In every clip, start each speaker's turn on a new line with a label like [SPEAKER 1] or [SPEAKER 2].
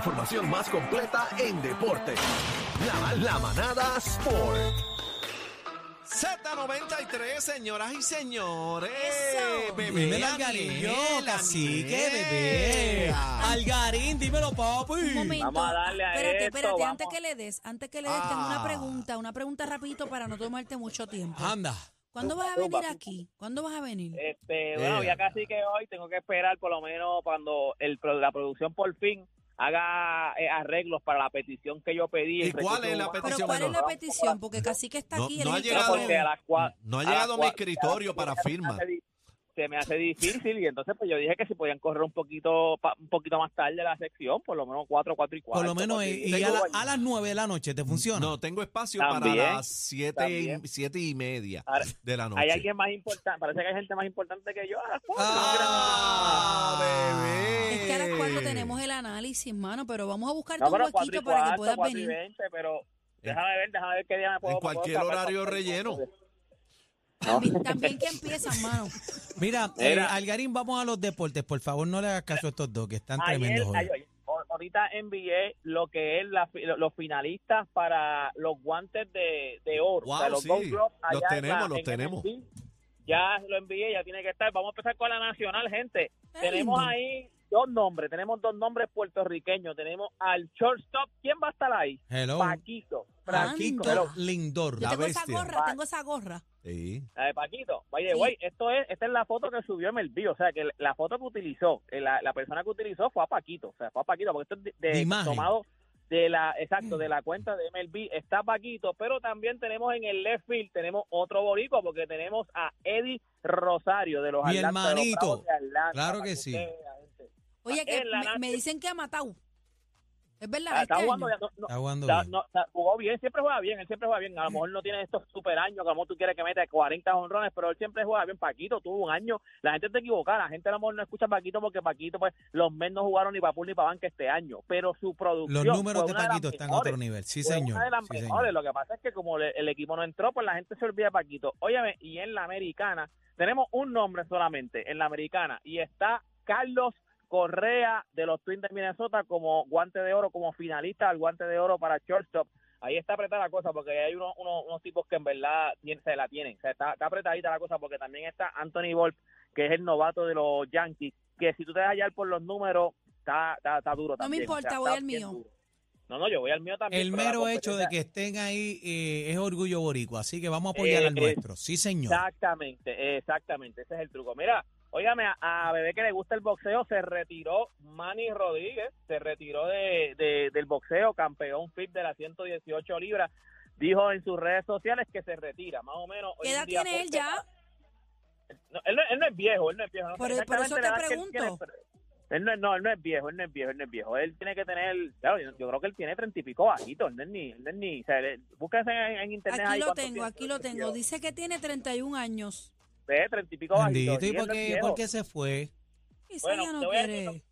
[SPEAKER 1] información más completa en deporte. La, la manada Sport.
[SPEAKER 2] Z93, señoras y señores.
[SPEAKER 3] Eso.
[SPEAKER 2] Bebé,
[SPEAKER 3] Dímelo, Algarillo,
[SPEAKER 2] Aniel,
[SPEAKER 3] cacique,
[SPEAKER 2] Andrea.
[SPEAKER 3] bebé. Algarín, dímelo,
[SPEAKER 4] Un
[SPEAKER 3] papi.
[SPEAKER 4] momento.
[SPEAKER 5] Vamos a darle a
[SPEAKER 4] espérate,
[SPEAKER 5] esto,
[SPEAKER 4] espérate,
[SPEAKER 5] vamos.
[SPEAKER 4] antes que le des, antes que le des, tengo
[SPEAKER 2] Ah.
[SPEAKER 4] una pregunta, una pregunta rapidito para no tomarte mucho tiempo.
[SPEAKER 3] Anda.
[SPEAKER 4] ¿Cuándo vas a venir
[SPEAKER 5] Zumba.
[SPEAKER 4] aquí? ¿Cuándo vas a venir?
[SPEAKER 5] Este, bueno, ya casi que hoy tengo que esperar por lo menos cuando el, pro- la producción por fin haga eh, arreglos para la petición que yo pedí.
[SPEAKER 2] ¿Y
[SPEAKER 5] Entre
[SPEAKER 2] cuál
[SPEAKER 5] que
[SPEAKER 2] es
[SPEAKER 5] tú-
[SPEAKER 2] la
[SPEAKER 5] Ah,
[SPEAKER 4] Pero
[SPEAKER 2] petición,
[SPEAKER 4] ¿cuál es
[SPEAKER 2] bueno.
[SPEAKER 4] la petición? Porque Cacique está
[SPEAKER 2] No-
[SPEAKER 4] aquí.
[SPEAKER 2] no
[SPEAKER 4] él es
[SPEAKER 2] ha
[SPEAKER 4] el
[SPEAKER 2] llegado-
[SPEAKER 4] encargado.
[SPEAKER 5] Porque a las cua-
[SPEAKER 2] No ha
[SPEAKER 5] a las
[SPEAKER 2] llegado mi
[SPEAKER 5] cua-
[SPEAKER 2] escritorio
[SPEAKER 5] a las
[SPEAKER 2] para
[SPEAKER 5] cuatro
[SPEAKER 2] firma.
[SPEAKER 5] se me hace di- Se me hace difícil y entonces pues yo dije que si podían correr un poquito pa- un poquito más tarde la sección, por lo menos cuatro, cuatro y cuatro.
[SPEAKER 3] Por lo menos eh, y a, la- a las 9 de la noche te funciona.
[SPEAKER 2] No, tengo espacio
[SPEAKER 5] También,
[SPEAKER 2] para las siete y,
[SPEAKER 5] también.
[SPEAKER 2] siete y media
[SPEAKER 5] Ahora,
[SPEAKER 2] de la noche.
[SPEAKER 5] Hay alguien más importante, parece que hay gente más importante que yo a las cuatro.
[SPEAKER 2] ¡Ah, bebé!
[SPEAKER 4] Es que a las
[SPEAKER 2] Eh.
[SPEAKER 4] 4 tenemos el análisis, mano, pero vamos a buscarte
[SPEAKER 5] No,
[SPEAKER 4] un
[SPEAKER 5] pero cuatro
[SPEAKER 4] huequito
[SPEAKER 5] y
[SPEAKER 4] para que
[SPEAKER 5] cuarto,
[SPEAKER 4] puedas
[SPEAKER 5] cuatro y
[SPEAKER 4] venir.
[SPEAKER 5] veinte, pero déjame ver, déjame ver qué día me puedo. puedo
[SPEAKER 2] Eh, cualquier
[SPEAKER 5] escapar
[SPEAKER 2] horario
[SPEAKER 5] para-
[SPEAKER 2] relleno.
[SPEAKER 4] También, también que empiezan, mano.
[SPEAKER 3] Mira, eh,
[SPEAKER 5] Era-
[SPEAKER 3] Algarín, vamos a los deportes. Por favor, no le hagas caso a estos dos que están
[SPEAKER 5] Ayer,
[SPEAKER 3] tremendos hoy.
[SPEAKER 5] ayer- ahorita envié lo que es la fi- los finalistas para los guantes de, de oro.
[SPEAKER 2] Wow,
[SPEAKER 5] o sea, los
[SPEAKER 2] sí.
[SPEAKER 5] Gold Gloves
[SPEAKER 2] Los
[SPEAKER 5] allá en
[SPEAKER 2] tenemos,
[SPEAKER 5] la-
[SPEAKER 2] los
[SPEAKER 5] en
[SPEAKER 2] tenemos.
[SPEAKER 5] NXT. Ya lo envié, ya tiene que estar. Vamos a empezar con la nacional, gente.
[SPEAKER 4] Está
[SPEAKER 5] tenemos
[SPEAKER 4] lindo.
[SPEAKER 5] ahí dos nombres, tenemos dos nombres puertorriqueños. Tenemos al shortstop, ¿quién va a estar ahí?
[SPEAKER 3] Hello.
[SPEAKER 5] Paquito.
[SPEAKER 4] Ah,
[SPEAKER 5] Francisco,
[SPEAKER 4] Anda.
[SPEAKER 5] hello.
[SPEAKER 3] Lindor. Lindor.
[SPEAKER 4] Yo
[SPEAKER 2] La
[SPEAKER 4] tengo esa
[SPEAKER 2] bestia.
[SPEAKER 4] gorra, tengo esa gorra.
[SPEAKER 2] Sí.
[SPEAKER 5] La de Paquito, by the
[SPEAKER 4] Sí.
[SPEAKER 5] way, esto es, esta es la foto que subió en el bio, o sea, que la foto que utilizó, eh, la, la persona que utilizó fue a Paquito, o sea, fue a Paquito, porque esto es de,
[SPEAKER 3] De
[SPEAKER 5] de-
[SPEAKER 3] imagen. Mm.
[SPEAKER 5] tomado de la, exacto, de la cuenta de MLB, está Paquito, pero también tenemos en el left field, tenemos otro boricua, porque tenemos a Eddie Rosario de los
[SPEAKER 3] Mi
[SPEAKER 5] Atlanta, de los
[SPEAKER 3] hermanito.
[SPEAKER 5] Bravos de Atlanta,
[SPEAKER 3] Claro
[SPEAKER 5] para
[SPEAKER 3] que sí.
[SPEAKER 5] usted vea, gente.
[SPEAKER 4] Oye, que
[SPEAKER 5] En la
[SPEAKER 4] me,
[SPEAKER 5] nación.
[SPEAKER 4] me dicen que ha matado. Es verdad.
[SPEAKER 5] Ah,
[SPEAKER 4] este
[SPEAKER 5] está jugando
[SPEAKER 4] año.
[SPEAKER 5] bien, no- no-
[SPEAKER 3] Está jugando
[SPEAKER 5] Está-
[SPEAKER 3] bien.
[SPEAKER 5] no, está- jugó bien, siempre juega bien, él siempre juega bien. A lo mejor no tiene estos super años, que a lo mejor tú quieres que meta 40 honrones, pero él siempre juega bien. Paquito tuvo un año, la gente está equivocada, la gente a lo mejor no escucha a Paquito porque Paquito, pues los men no jugaron ni para pool ni para banca este año, pero su
[SPEAKER 3] Los
[SPEAKER 5] producción.
[SPEAKER 3] números
[SPEAKER 5] fue
[SPEAKER 3] de
[SPEAKER 5] una las
[SPEAKER 3] Paquito están a
[SPEAKER 5] mejores.
[SPEAKER 3] otro nivel. Sí,
[SPEAKER 5] Fue
[SPEAKER 3] señor.
[SPEAKER 5] Una de las
[SPEAKER 3] Sí,
[SPEAKER 5] mejores.
[SPEAKER 3] señor.
[SPEAKER 5] Lo que pasa es que como le- el equipo no entró, pues la gente se olvida de Paquito. Óyeme, y en la americana tenemos un nombre solamente, en la americana, y está Carlos Correa de los Twins de Minnesota como guante de oro, como finalista al guante de oro para shortstop. Ahí está apretada la cosa porque hay unos, unos, unos tipos que en verdad tien- se la tienen. O sea, está, está apretadita la cosa porque también está Anthony Volpe, que es el novato de los Yankees, que si tú te vas a hallar por los números, está, está, está duro
[SPEAKER 4] No me
[SPEAKER 5] también. O sea,
[SPEAKER 4] importa,
[SPEAKER 5] está
[SPEAKER 4] voy al
[SPEAKER 5] bien
[SPEAKER 4] mío.
[SPEAKER 5] duro. No, no, yo voy al mío también.
[SPEAKER 3] El
[SPEAKER 5] pero la
[SPEAKER 3] mero hecho de
[SPEAKER 5] competencia-
[SPEAKER 3] que estén ahí eh, es orgullo boricua, así que vamos a apoyar
[SPEAKER 5] Eh,
[SPEAKER 3] al nuestro. Sí, señor.
[SPEAKER 5] Exactamente, exactamente, ese es el truco. Mira, óigame, a, a Bebé que le gusta el boxeo, se retiró Manny Rodríguez, se retiró de, de- del boxeo, campeón fit de las 118 libras, dijo en sus redes sociales que se retira, más o menos. hoy
[SPEAKER 4] ¿Qué
[SPEAKER 5] en
[SPEAKER 4] edad
[SPEAKER 5] día,
[SPEAKER 4] tiene él
[SPEAKER 5] porque-
[SPEAKER 4] ya?
[SPEAKER 5] No, él, no, él no es viejo, él no es viejo. No sé
[SPEAKER 4] Por- por
[SPEAKER 5] exactamente
[SPEAKER 4] eso te
[SPEAKER 5] la edad que él
[SPEAKER 4] pregunto.
[SPEAKER 5] tiene, pero- él no, es- no, él no es viejo, él no es viejo, él no es viejo. Él tiene que tener, claro, yo, yo creo que él tiene treinta y pico bajitos, él no es ni, él no es ni, o sea, él- búsquense en, en internet.
[SPEAKER 4] Aquí
[SPEAKER 5] ahí
[SPEAKER 4] lo
[SPEAKER 5] cuánto
[SPEAKER 4] tengo,
[SPEAKER 5] tiene,
[SPEAKER 4] aquí lo tengo. Dice que tiene 31 años.
[SPEAKER 5] Ve, treinta y pico bajitos.
[SPEAKER 3] Bendito. ¿Y
[SPEAKER 5] él
[SPEAKER 3] por
[SPEAKER 5] no es
[SPEAKER 3] qué,
[SPEAKER 5] viejo.
[SPEAKER 3] por qué se fue?
[SPEAKER 4] Quizá
[SPEAKER 5] Bueno,
[SPEAKER 4] ya
[SPEAKER 5] te
[SPEAKER 4] no
[SPEAKER 5] voy a decir
[SPEAKER 4] quiere.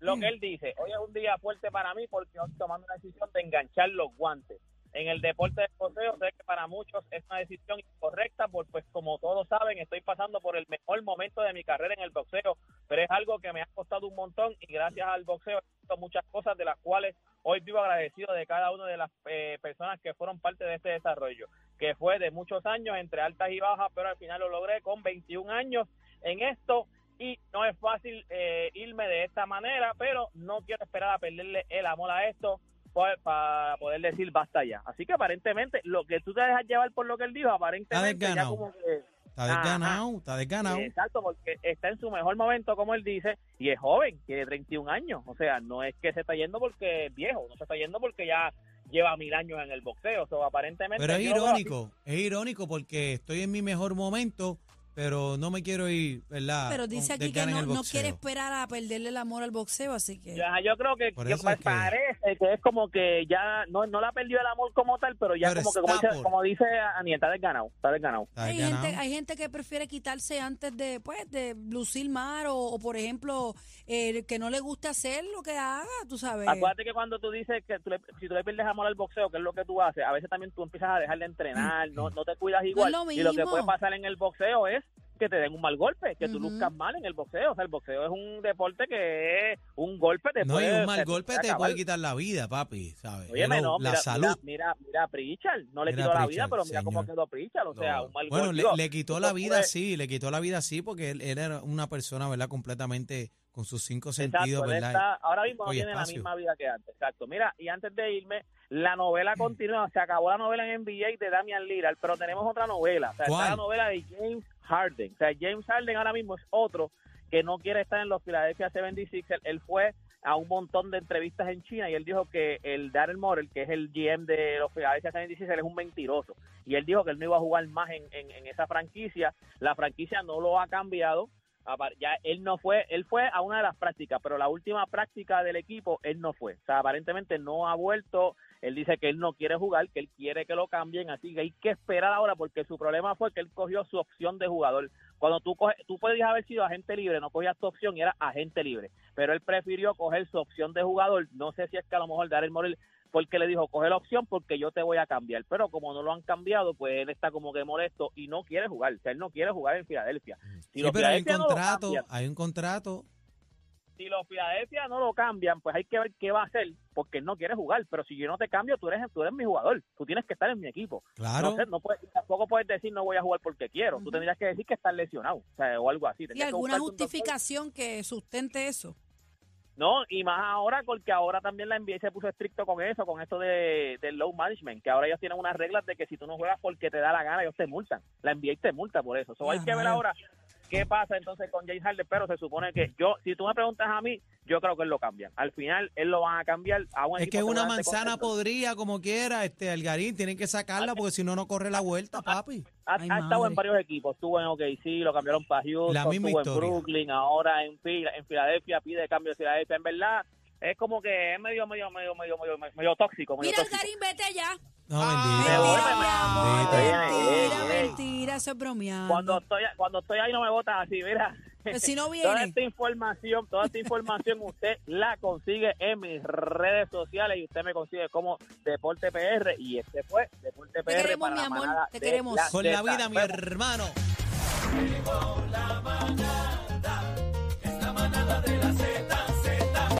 [SPEAKER 5] lo
[SPEAKER 3] Mm.
[SPEAKER 5] que él dice. Hoy es un día fuerte para mí porque hoy tomando una decisión de enganchar los guantes. En el deporte del boxeo sé que para muchos es una decisión incorrecta, porque pues como todos saben, estoy pasando por el mejor momento de mi carrera en el boxeo, pero es algo que me ha costado un montón y gracias al boxeo he visto muchas cosas de las cuales hoy vivo agradecido de cada una de las eh, personas que fueron parte de este desarrollo, que fue de muchos años entre altas y bajas, pero al final lo logré con 21 años en esto y no es fácil eh, irme de esta manera, pero no quiero esperar a perderle el amor a esto pa- para poder decir basta ya. Así que aparentemente lo que tú te dejas llevar por lo que él dijo, aparentemente ya
[SPEAKER 3] desganado.
[SPEAKER 5] como que
[SPEAKER 3] Está
[SPEAKER 5] Ajá.
[SPEAKER 3] desganado, está desganado.
[SPEAKER 5] Exacto, porque está en su mejor momento, como él dice, y es joven, tiene 31 años. O sea, no es que se está yendo porque es viejo, no se está yendo porque ya lleva mil años en el boxeo. O sea, aparentemente.
[SPEAKER 3] Pero es
[SPEAKER 5] yo lo veo
[SPEAKER 3] irónico, es irónico porque estoy en mi mejor momento, pero no me quiero ir, ¿verdad?
[SPEAKER 4] Pero
[SPEAKER 3] con-
[SPEAKER 4] dice aquí que
[SPEAKER 3] desgana en
[SPEAKER 4] no,
[SPEAKER 3] el
[SPEAKER 4] no
[SPEAKER 3] boxeo.
[SPEAKER 4] quiere esperar a perderle el amor al boxeo, así que.
[SPEAKER 5] así. Ya, yo creo que,
[SPEAKER 3] Por
[SPEAKER 5] que
[SPEAKER 3] eso es que-
[SPEAKER 5] parece que es como que ya no, no la perdió el amor como tal, pero ya
[SPEAKER 3] Pero
[SPEAKER 5] como que, como
[SPEAKER 3] está
[SPEAKER 5] dice,
[SPEAKER 3] por-
[SPEAKER 5] como dice Aniel, está desganado, está desganado.
[SPEAKER 3] Está
[SPEAKER 4] Hay
[SPEAKER 3] desganado.
[SPEAKER 4] gente, hay gente que prefiere quitarse antes de, pues, de lucir mar o, o, por ejemplo, eh, que no le gusta hacer lo que haga, tú sabes.
[SPEAKER 5] Acuérdate que cuando tú dices que tú le- si tú le pierdes amor al boxeo, que es lo que tú haces, a veces también tú empiezas a dejar de entrenar, no, no te cuidas igual.
[SPEAKER 4] lo
[SPEAKER 5] y lo que
[SPEAKER 4] mismo.
[SPEAKER 5] puede pasar en el boxeo es que te den un mal golpe, que tú
[SPEAKER 4] Ujú.
[SPEAKER 5] luzcas mal en el boxeo. O sea, el boxeo es un deporte que es un golpe te
[SPEAKER 3] No, y
[SPEAKER 5] puede-
[SPEAKER 3] un mal
[SPEAKER 5] te
[SPEAKER 3] golpe
[SPEAKER 5] puede
[SPEAKER 3] te
[SPEAKER 5] acabar.
[SPEAKER 3] puede quitar la vida, papi, ¿sabes?
[SPEAKER 5] Óyeme,
[SPEAKER 3] Hello,
[SPEAKER 5] no,
[SPEAKER 3] la
[SPEAKER 5] mira,
[SPEAKER 3] salud.
[SPEAKER 5] Mira, mira, mira a Pritchard, no le
[SPEAKER 3] Mira
[SPEAKER 5] quitó
[SPEAKER 3] a
[SPEAKER 5] la vida,
[SPEAKER 3] Pritchard,
[SPEAKER 5] pero mira cómo
[SPEAKER 3] señor.
[SPEAKER 5] quedó Pritchard, o sea,
[SPEAKER 2] No.
[SPEAKER 5] un mal
[SPEAKER 3] Bueno,
[SPEAKER 5] golpe.
[SPEAKER 3] le,
[SPEAKER 5] Digo,
[SPEAKER 3] le quitó
[SPEAKER 5] tú
[SPEAKER 3] la
[SPEAKER 5] no
[SPEAKER 3] vida,
[SPEAKER 5] puedes-
[SPEAKER 3] sí, le quitó la vida, sí, porque él, él era una persona, ¿verdad? Completamente con sus cinco
[SPEAKER 5] Exacto,
[SPEAKER 3] sentidos,
[SPEAKER 5] él
[SPEAKER 3] ¿verdad?
[SPEAKER 5] está- ahora mismo no
[SPEAKER 3] Oye,
[SPEAKER 5] tiene la
[SPEAKER 3] espacio.
[SPEAKER 5] misma vida que antes. Exacto. Mira, y antes de irme, la novela continúa. Se acabó la novela en NBA de Damian Lillard, pero tenemos otra novela. O sea,
[SPEAKER 3] ¿Cuál?
[SPEAKER 5] está la novela de James Harden. O sea, James Harden ahora mismo es otro que no quiere estar en los Philadelphia 76ers. Él fue a un montón de entrevistas en China y él dijo que el Darren Morel, que es el GM de los Philadelphia 76ers, es un mentiroso. Y él dijo que él no iba a jugar más en, en- en esa franquicia. La franquicia no lo ha cambiado. Apar- Ya él no fue, él fue a una de las prácticas, pero la última práctica del equipo él no fue. O sea, aparentemente no ha vuelto. Él dice que él no quiere jugar, que él quiere que lo cambien, así que hay que esperar ahora porque su problema fue que él cogió su opción de jugador. Cuando tú coges, tú podías haber sido agente libre, no cogías tu opción y era agente libre, pero él prefirió coger su opción de jugador. No sé si es que a lo mejor Darren Morel porque le dijo, coge la opción porque yo te voy a cambiar. Pero como no lo han cambiado, pues él está como que molesto y no quiere jugar. O sea, él no quiere jugar en Filadelfia. Si
[SPEAKER 3] Sí,
[SPEAKER 5] los
[SPEAKER 3] pero hay un
[SPEAKER 5] Filadelfia no lo
[SPEAKER 3] contrato,
[SPEAKER 5] cambian,
[SPEAKER 3] hay un contrato.
[SPEAKER 5] si los Filadelfia no lo cambian, pues hay que ver qué va a hacer, porque él no quiere jugar. Pero si yo no te cambio, tú eres, tú eres mi jugador. Tú tienes que estar en mi equipo.
[SPEAKER 3] Claro.
[SPEAKER 5] No sé, no puedes- tampoco puedes decir no voy a jugar porque
[SPEAKER 4] Ah,
[SPEAKER 5] quiero.
[SPEAKER 4] Ujú.
[SPEAKER 5] Tú tendrías que decir que estás lesionado o, sea, o algo así.
[SPEAKER 4] Y
[SPEAKER 5] Tendrías que
[SPEAKER 4] alguna
[SPEAKER 5] buscarte un doctor.
[SPEAKER 4] justificación que sustente eso.
[SPEAKER 5] No, y más ahora, porque ahora también la NBA se puso estricto con eso, con esto de, del low management, que ahora ellos tienen unas reglas de que si tú no juegas porque te da la gana, ellos te multan. La NBA te multa por eso. So, hay
[SPEAKER 4] Ya,
[SPEAKER 5] que ver
[SPEAKER 4] rayos.
[SPEAKER 5] ahora qué pasa entonces con James Harden, pero se supone que yo, si tú me preguntas a mí, yo creo que él lo cambian. Al final, él lo van a cambiar a un
[SPEAKER 3] Es
[SPEAKER 5] equipo
[SPEAKER 3] que una
[SPEAKER 5] seguramente
[SPEAKER 3] manzana
[SPEAKER 5] contento.
[SPEAKER 3] podría, como quiera, este Algarín, tienen que sacarla porque si no, no corre la vuelta, papi.
[SPEAKER 5] Ha,
[SPEAKER 4] Ay,
[SPEAKER 5] ha estado
[SPEAKER 4] madre.
[SPEAKER 5] en varios equipos, estuvo en OKC, lo cambiaron para Houston,
[SPEAKER 3] La misma
[SPEAKER 5] estuvo
[SPEAKER 3] historia.
[SPEAKER 5] en Brooklyn, ahora en, Fila- en Filadelfia, pide cambio de Filadelfia, en verdad. Es como que es medio, medio, medio, medio, medio, medio tóxico. Medio
[SPEAKER 4] Mira,
[SPEAKER 5] tóxico.
[SPEAKER 4] Algarín, vete ya.
[SPEAKER 3] No,
[SPEAKER 2] Ah,
[SPEAKER 4] Mentira,
[SPEAKER 5] Me voy,
[SPEAKER 3] bendito.
[SPEAKER 5] me-
[SPEAKER 4] mi amor,
[SPEAKER 3] Bendita.
[SPEAKER 4] mentira,
[SPEAKER 5] Ey, ey, ey.
[SPEAKER 4] mentira, eso es bromeando.
[SPEAKER 5] cuando estoy cuando estoy ahí no me votan así mira
[SPEAKER 4] Pues si no
[SPEAKER 5] toda
[SPEAKER 4] viene,
[SPEAKER 5] esta información toda esta información usted la consigue en mis redes sociales y usted me consigue como Deporte PR y este fue Deporte PR
[SPEAKER 4] queremos,
[SPEAKER 5] para la
[SPEAKER 4] mi amor,
[SPEAKER 5] manada
[SPEAKER 4] te
[SPEAKER 5] de
[SPEAKER 4] queremos.
[SPEAKER 5] la
[SPEAKER 3] Con la
[SPEAKER 5] Zeta.
[SPEAKER 3] vida, mi
[SPEAKER 5] Vemos.
[SPEAKER 3] hermano.
[SPEAKER 1] La manada de la Z.